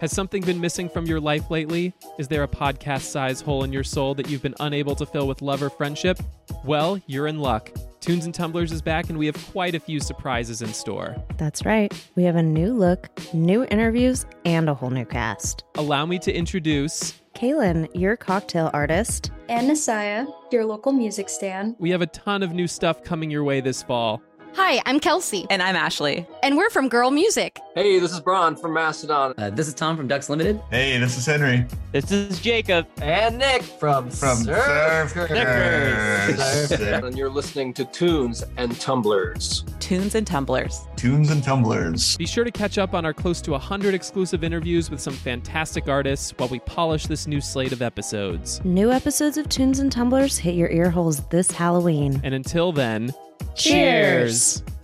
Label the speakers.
Speaker 1: Has something been missing from your life lately? Is there a podcast size hole in your soul that you've been unable to fill with love or friendship? Well, you're in luck. Tunes and Tumblers is back, and we have quite a few surprises in store.
Speaker 2: That's right. We have a new look, new interviews, and a whole new cast.
Speaker 1: Allow me to introduce.
Speaker 2: Kaylin, your cocktail artist.
Speaker 3: and Nasaya, your local music stand.
Speaker 1: We have a ton of new stuff coming your way this fall.
Speaker 4: Hi, I'm Kelsey,
Speaker 5: And I'm Ashley.
Speaker 4: and we're from Girl Music.
Speaker 6: Hey, this is Bron from Mastodon.
Speaker 7: Uh, this is Tom from Ducks Limited.
Speaker 8: Hey, this is Henry.
Speaker 9: This is Jacob.
Speaker 6: And Nick from,
Speaker 8: From Surf Curse.
Speaker 6: Surf. and you're listening to Tunes and Tumblers.
Speaker 5: Tunes and Tumblers.
Speaker 8: Tunes and Tumblers.
Speaker 1: Be sure to catch up on our close to 100 exclusive interviews with some fantastic artists while we polish this new slate of episodes.
Speaker 2: New episodes of Tunes and Tumblers hit your ear holes this Halloween.
Speaker 1: And until then,
Speaker 3: Cheers.
Speaker 1: cheers.